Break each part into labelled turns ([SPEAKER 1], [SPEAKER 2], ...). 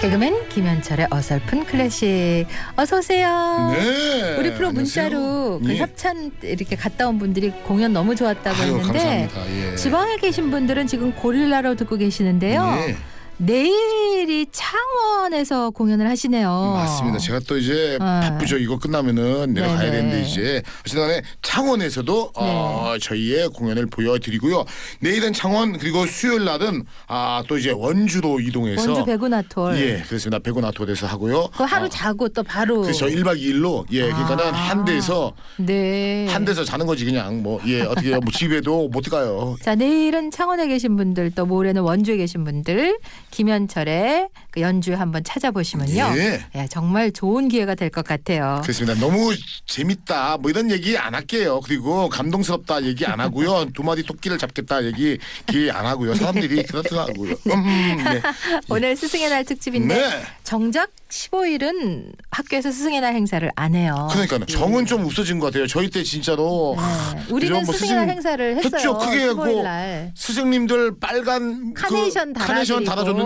[SPEAKER 1] 개그맨 김현철의 어설픈 클래식 어서 오세요.
[SPEAKER 2] 네.
[SPEAKER 1] 우리 프로 문자로
[SPEAKER 2] 안녕하세요.
[SPEAKER 1] 그
[SPEAKER 2] 예.
[SPEAKER 1] 협찬 이렇게 갔다 온 분들이 공연 너무 좋았다고
[SPEAKER 2] 아유,
[SPEAKER 1] 했는데
[SPEAKER 2] 감사합니다. 예.
[SPEAKER 1] 지방에 계신 분들은 지금 고릴라로 듣고 계시는데요.
[SPEAKER 2] 예.
[SPEAKER 1] 내일이 창원에서 공연을 하시네요.
[SPEAKER 2] 맞습니다. 제가 또 이제 바쁘죠. 이거 끝나면은 내려가야
[SPEAKER 1] 어. 네네.
[SPEAKER 2] 되는데 이제 지난해 창원에서도
[SPEAKER 1] 네.
[SPEAKER 2] 어, 저희의 공연을 보여드리고요. 내일은 창원 그리고 수요일 날은 아, 또 이제 원주로 이동해서
[SPEAKER 1] 원주 배구나톨.
[SPEAKER 2] 예, 그렇습니다. 백운아토에서 하고요.
[SPEAKER 1] 그 하루
[SPEAKER 2] 어,
[SPEAKER 1] 자고 또 바로.
[SPEAKER 2] 그래서 1박 2일로 예, 그러니까는
[SPEAKER 1] 아.
[SPEAKER 2] 한 대에서
[SPEAKER 1] 네.
[SPEAKER 2] 한 대에서 자는 거지 그냥 뭐 예, 어떻게 뭐 집에도 못 가요.
[SPEAKER 1] 자 내일은 창원에 계신 분들 또 모레는 원주에 계신 분들 김현철의 그 연주 한번 찾아보시면요.
[SPEAKER 2] 예.
[SPEAKER 1] 야, 정말 좋은 기회가 될 것 같아요.
[SPEAKER 2] 그렇습니다. 너무 재밌다. 뭐 이런 얘기 안 할게요. 그리고 감동스럽다 얘기 안 하고요. 두 마디 토끼를 잡겠다 얘기 기회 안 하고요.
[SPEAKER 1] 네.
[SPEAKER 2] 사람들이 그렇더라고요. 음, 네.
[SPEAKER 1] 오늘 스승의 날 특집인데
[SPEAKER 2] 네.
[SPEAKER 1] 정작 15일은 학교에서 스승의 날 행사를 안 해요.
[SPEAKER 2] 그러니까요. 정은 좀 없어진 것 같아요. 저희 때 진짜로
[SPEAKER 1] 어, 예. 네.
[SPEAKER 2] 그죠?
[SPEAKER 1] 우리는
[SPEAKER 2] 뭐
[SPEAKER 1] 스승의 날
[SPEAKER 2] 스승-
[SPEAKER 1] 행사를 했어요.
[SPEAKER 2] 그렇죠. 크게 하고
[SPEAKER 1] 15일 날.
[SPEAKER 2] 스승님들 빨간 그
[SPEAKER 1] 카네이션 예. 달아
[SPEAKER 2] 카네이션 달아줬는데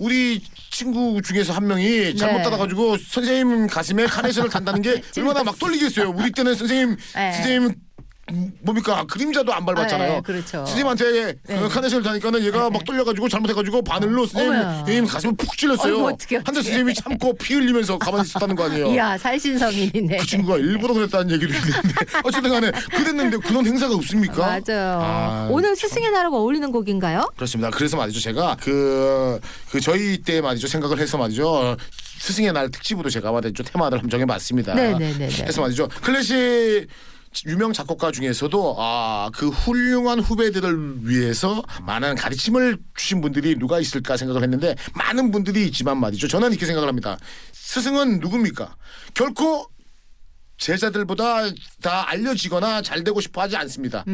[SPEAKER 2] 우리 친구 중에서 한 명이 잘못
[SPEAKER 1] 네.
[SPEAKER 2] 따라가지고 선생님 가슴에 카네이션을 단다는 게 얼마나 막 떨리겠어요. 우리 때는 선생님
[SPEAKER 1] 네.
[SPEAKER 2] 선생님 뭡니까 그림자도 안 밟았잖아요.
[SPEAKER 1] 아, 예, 그렇죠.
[SPEAKER 2] 선생님한테
[SPEAKER 1] 네.
[SPEAKER 2] 그 카네이션을 다니까는 얘가 막 떨려가지고 잘못해가지고 바늘로 선생님,
[SPEAKER 1] 어머야.
[SPEAKER 2] 선생님 가슴을 푹 찔렀어요.
[SPEAKER 1] 어이구, 어떡해, 어떡해.
[SPEAKER 2] 한데 선생님이 참고 피 흘리면서 가만히 있었다는 거 아니에요.
[SPEAKER 1] 이야 살신성인이네.
[SPEAKER 2] 그 친구가 일부러 그랬다는 얘기도 있는데 어쨌든 간에 그랬는데 그런 행사가 없습니까?
[SPEAKER 1] 맞아요.
[SPEAKER 2] 아,
[SPEAKER 1] 오늘 스승의 날하고 어울리는 곡인가요?
[SPEAKER 2] 그렇습니다. 그래서 말이죠. 제가 그, 그 저희 때 말이죠. 생각을 해서 말이죠. 스승의 날 특집으로 제가 말이죠. 테마를 한번 정해봤습니다.
[SPEAKER 1] 네네네네.
[SPEAKER 2] 그래서 말이죠. 클래식 유명 작곡가 중에서도 아, 그 훌륭한 후배들을 위해서 많은 가르침을 주신 분들이 누가 있을까 생각을 했는데 많은 분들이 있지만 말이죠. 저는 이렇게 생각을 합니다. 스승은 누굽니까? 결코 제자들보다 다 알려지거나 잘 되고 싶어 하지 않습니다.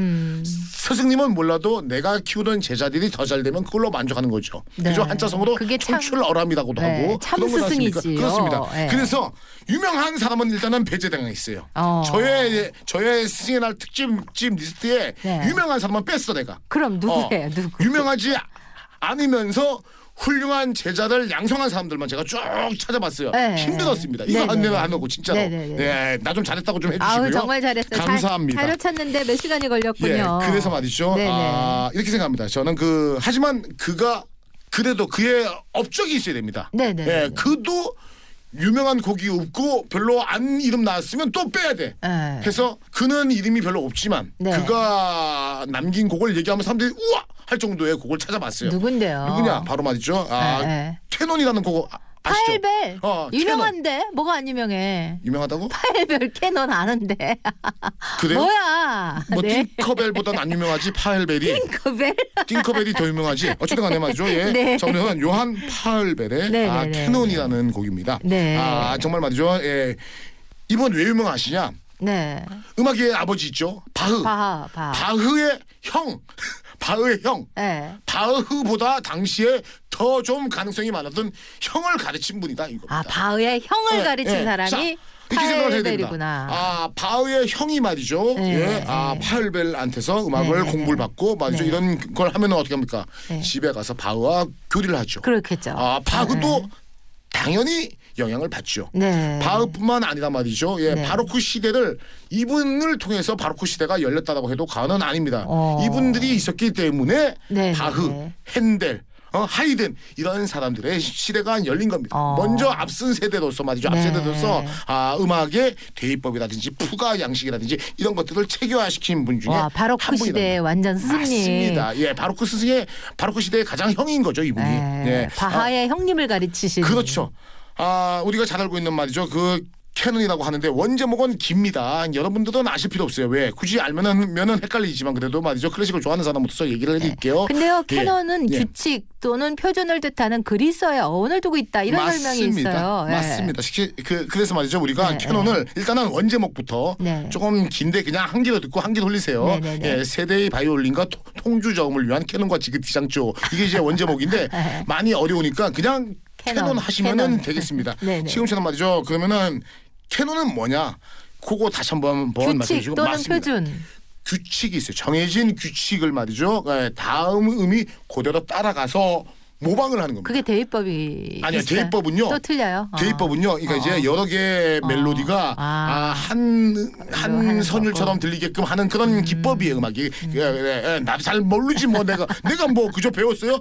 [SPEAKER 2] 스승님은 몰라도 내가 키우던 제자들이 더 잘 되면 그걸로 만족하는 거죠.
[SPEAKER 1] 네.
[SPEAKER 2] 그죠? 한자성으로
[SPEAKER 1] 그게 참-
[SPEAKER 2] 청출어람이라고도
[SPEAKER 1] 네,
[SPEAKER 2] 하고
[SPEAKER 1] 참
[SPEAKER 2] 그런 거지 않습니까?
[SPEAKER 1] 스승이지요.
[SPEAKER 2] 그렇습니다.
[SPEAKER 1] 예.
[SPEAKER 2] 그래서 유명한 사람은 일단은 배제당했어요.
[SPEAKER 1] 어.
[SPEAKER 2] 저의 저의 스승의 날 특집집
[SPEAKER 1] 네.
[SPEAKER 2] 리스트에
[SPEAKER 1] 그렇죠.
[SPEAKER 2] 유명한 사람만 뺐어 내가.
[SPEAKER 1] 그럼 누구예요?
[SPEAKER 2] 어,
[SPEAKER 1] 누구?
[SPEAKER 2] 유명하지 않으면서 훌륭한 제자를 양성한 사람들만 제가 쭉 찾아봤어요.
[SPEAKER 1] 네.
[SPEAKER 2] 힘들었습니다.
[SPEAKER 1] 네,
[SPEAKER 2] 이거 안
[SPEAKER 1] 네,
[SPEAKER 2] 되면
[SPEAKER 1] 네.
[SPEAKER 2] 안 하고 진짜로.
[SPEAKER 1] 네, 네, 네.
[SPEAKER 2] 네, 나 좀 잘했다고 좀 해주시고요.
[SPEAKER 1] 아우 정말 잘했어요. 잘-
[SPEAKER 2] 감사합니다.
[SPEAKER 1] 자료 찾는데 몇 시간이 걸렸군요.
[SPEAKER 2] 예, 그래서 말이죠.
[SPEAKER 1] 네네.
[SPEAKER 2] 아, 이렇게 생각합니다. 저는 그 하지만 그가 그래도 그의 업적이 있어야 됩니다.
[SPEAKER 1] 네네.
[SPEAKER 2] 예, 그도 유명한 곡이 없고 별로 안 이름 나왔으면 또 빼야 돼.
[SPEAKER 1] 예.
[SPEAKER 2] 해서 그는 이름이 별로 없지만
[SPEAKER 1] 네.
[SPEAKER 2] 그가 남긴 곡을 얘기하면 사람들이 우와 할 정도의 곡을 찾아봤어요.
[SPEAKER 1] 누군데요?
[SPEAKER 2] 누구냐? 바로 말이죠. 아,
[SPEAKER 1] 예, 예.
[SPEAKER 2] 캐논이라는 곡 아, 아시죠?
[SPEAKER 1] 파일벨
[SPEAKER 2] 어, 캐논.
[SPEAKER 1] 유명한데 뭐가 안 유명해?
[SPEAKER 2] 유명하다고?
[SPEAKER 1] 파일벨 캐논 아는데
[SPEAKER 2] 그래요?
[SPEAKER 1] 뭐야?
[SPEAKER 2] 네? 뭐
[SPEAKER 1] 네.
[SPEAKER 2] 팅커벨보다는 안 유명하지 파일벨이
[SPEAKER 1] 팅커벨
[SPEAKER 2] 띵커벨이 더 유명하지. 어쨌든 간에 맞죠. 예.
[SPEAKER 1] 네.
[SPEAKER 2] 저는 요한 파울벨의
[SPEAKER 1] 네,
[SPEAKER 2] 아,
[SPEAKER 1] 네, 네.
[SPEAKER 2] 캐논이라는 곡입니다.
[SPEAKER 1] 네.
[SPEAKER 2] 아, 정말 맞죠. 예. 이번 왜 유명하시냐?
[SPEAKER 1] 네
[SPEAKER 2] 음악의 아버지 있죠. 바흐.
[SPEAKER 1] 바하 바.
[SPEAKER 2] 바흐의 형. 바흐의 형.
[SPEAKER 1] 네.
[SPEAKER 2] 바흐보다 당시에 더 좀 가능성이 많았던 형을 가르친 분이다 이겁니다.
[SPEAKER 1] 아 바흐의 형을
[SPEAKER 2] 예,
[SPEAKER 1] 가르친
[SPEAKER 2] 예. 자,
[SPEAKER 1] 사람이
[SPEAKER 2] 이렇게 생각을 해야 됩니다.
[SPEAKER 1] 파일벨이구나.
[SPEAKER 2] 아 바흐의 형이 말이죠.
[SPEAKER 1] 네,
[SPEAKER 2] 예. 아
[SPEAKER 1] 네.
[SPEAKER 2] 파헬벨한테서 음악을
[SPEAKER 1] 네,
[SPEAKER 2] 공부를 받고 말이죠.
[SPEAKER 1] 네.
[SPEAKER 2] 이런 걸 하면 어떻게 합니까?
[SPEAKER 1] 네.
[SPEAKER 2] 집에 가서 바흐와 교리를 하죠.
[SPEAKER 1] 그렇겠죠.
[SPEAKER 2] 아
[SPEAKER 1] 네.
[SPEAKER 2] 바흐도 당연히 영향을 받죠.
[SPEAKER 1] 네.
[SPEAKER 2] 바흐뿐만 아니라 말이죠. 예,
[SPEAKER 1] 네.
[SPEAKER 2] 바로크 시대를 이분을 통해서 바로크 시대가 열렸다고 해도 과언은 아닙니다.
[SPEAKER 1] 어.
[SPEAKER 2] 이분들이 있었기 때문에
[SPEAKER 1] 네,
[SPEAKER 2] 바흐,
[SPEAKER 1] 네.
[SPEAKER 2] 핸델, 어, 하이든 이런 사람들의 시대가 열린 겁니다.
[SPEAKER 1] 어.
[SPEAKER 2] 먼저 앞선 세대로서 말이죠.
[SPEAKER 1] 네.
[SPEAKER 2] 앞세대로서 아, 음악의 대입법이라든지 푸가 양식이라든지 이런 것들을 체계화시킨 분 중에
[SPEAKER 1] 와 바로크
[SPEAKER 2] 예, 한 분이랍니다.
[SPEAKER 1] 시대의 완전 스승님.
[SPEAKER 2] 맞습니다. 예, 바로크 스승의 바로크 시대의 가장 형인 거죠 이분이.
[SPEAKER 1] 네.
[SPEAKER 2] 예. 아,
[SPEAKER 1] 바하의 형님을 가르치신.
[SPEAKER 2] 그렇죠. 아, 우리가 잘 알고 있는 말이죠. 그 캐논이라고 하는데 원제목은 깁니다. 여러분들은 아실 필요 없어요. 왜? 굳이 알면은 면은 헷갈리지만 그래도 말이죠. 클래식을 좋아하는 사람으로서 얘기를 해드릴게요.
[SPEAKER 1] 근데요,
[SPEAKER 2] 예.
[SPEAKER 1] 캐논은
[SPEAKER 2] 예.
[SPEAKER 1] 규칙 또는 표준을 뜻하는 그리스어의 어원을 두고 있다 이런 설명이 있어요. 예.
[SPEAKER 2] 맞습니다. 시- 그, 래서 말이죠. 우리가
[SPEAKER 1] 네,
[SPEAKER 2] 캐논을 일단은 원제목부터
[SPEAKER 1] 네.
[SPEAKER 2] 조금 긴데 그냥 한 개로 듣고 한 개로 흘리세요.
[SPEAKER 1] 네, 네, 네.
[SPEAKER 2] 예, 세대의 바이올린과 토- 통주 저음을 위한 캐논과 지긋지장조 이게 이제 원제목인데
[SPEAKER 1] 네.
[SPEAKER 2] 많이 어려우니까 그냥 캐논,
[SPEAKER 1] 캐논,
[SPEAKER 2] 하시면은
[SPEAKER 1] 캐논.
[SPEAKER 2] 되겠습니다.
[SPEAKER 1] 네, 네.
[SPEAKER 2] 지금처럼 말이죠. 그러면은 캐논은 뭐냐? 그거 다시 한번 번 말씀해
[SPEAKER 1] 규칙
[SPEAKER 2] 주시고
[SPEAKER 1] 또는
[SPEAKER 2] 맞습니다.
[SPEAKER 1] 표준.
[SPEAKER 2] 규칙이 있어요. 정해진 규칙을 말이죠. 예, 다음 음이 그대로 따라가서 모방을 하는 겁니다.
[SPEAKER 1] 그게 대입법이
[SPEAKER 2] 아니요,
[SPEAKER 1] 있어요?
[SPEAKER 2] 대입법은요.
[SPEAKER 1] 또 틀려요. 어.
[SPEAKER 2] 대입법은요. 그러니까
[SPEAKER 1] 어.
[SPEAKER 2] 이제 여러 개의 멜로디가
[SPEAKER 1] 아.
[SPEAKER 2] 아, 한,
[SPEAKER 1] 하는
[SPEAKER 2] 한
[SPEAKER 1] 거고.
[SPEAKER 2] 선율처럼 들리게끔 하는 그런 기법이에요, 음악이. 나잘 모르지 뭐 내가 내가 뭐 그저 배웠어요.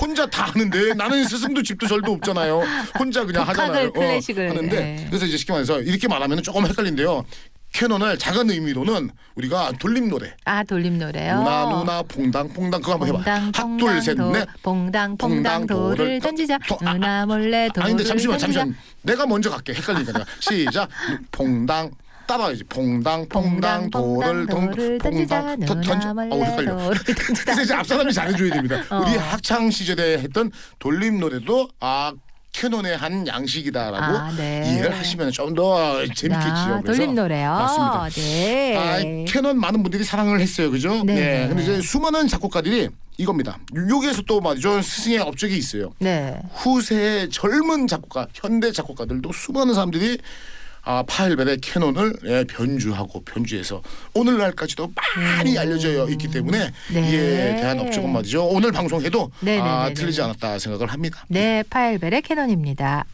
[SPEAKER 2] 혼자 다 하는데 나는 스승도 집도 절도 없잖아요. 혼자 그냥
[SPEAKER 1] 독학을,
[SPEAKER 2] 하잖아요. 어,
[SPEAKER 1] 클래식을,
[SPEAKER 2] 하는데
[SPEAKER 1] 예.
[SPEAKER 2] 그래서 이제 쉽게 말해서 이렇게 말하면 조금 헷갈린데요. 캐논을 작은 의미로는 우리가 돌림 노래.
[SPEAKER 1] 아 돌림 노래요.
[SPEAKER 2] 누나 누나 퐁당 퐁당 그거 한번 해봐.
[SPEAKER 1] 봉당 봉당 도
[SPEAKER 2] 핫둘셋넷
[SPEAKER 1] 봉당 봉당
[SPEAKER 2] 봉당,
[SPEAKER 1] 도를
[SPEAKER 2] 도를
[SPEAKER 1] 던지자
[SPEAKER 2] 도- 아,
[SPEAKER 1] 누나 몰래 도를
[SPEAKER 2] 아닌데 잠시만
[SPEAKER 1] 던지자
[SPEAKER 2] 잠시만 내가 먼저 갈게 헷갈리니까 내가. 시작 퐁당 따라야지 퐁당 퐁당 도를 동
[SPEAKER 1] 도를 던지자
[SPEAKER 2] 퐁당 더
[SPEAKER 1] 누나
[SPEAKER 2] 던져 어우
[SPEAKER 1] 몰래
[SPEAKER 2] 헷갈려
[SPEAKER 1] 도를 던지자
[SPEAKER 2] 그래서 이제 앞사람이 잘해줘야 됩니다
[SPEAKER 1] 어.
[SPEAKER 2] 우리 학창 시절에 했던 돌림 노래도 아 캐논의 한 양식이다라고
[SPEAKER 1] 아, 네.
[SPEAKER 2] 이해를 하시면 좀 더 재밌겠지요
[SPEAKER 1] 아,
[SPEAKER 2] 그래서
[SPEAKER 1] 돌림 노래요.
[SPEAKER 2] 맞습니다.
[SPEAKER 1] 네.
[SPEAKER 2] 아, 캐논 많은 분들이 사랑을 했어요. 그죠?
[SPEAKER 1] 네.
[SPEAKER 2] 네. 근데 이제 수많은 작곡가들이 이겁니다. 여기에서 또 말이죠. 스승의 업적이 있어요.
[SPEAKER 1] 네.
[SPEAKER 2] 후세의 젊은 작곡가, 현대 작곡가들도 수많은 사람들이 아, 파헬벨의 캐논을 예, 변주하고 변주해서 오늘날까지도 많이 알려져 있기 때문에
[SPEAKER 1] 음. 네.
[SPEAKER 2] 이에 대한 업적은 말이죠. 오늘 방송해도
[SPEAKER 1] 네, 네,
[SPEAKER 2] 아,
[SPEAKER 1] 네, 네,
[SPEAKER 2] 틀리지
[SPEAKER 1] 네.
[SPEAKER 2] 않았다 생각을 합니다.
[SPEAKER 1] 네, 파일벨의 캐논입니다.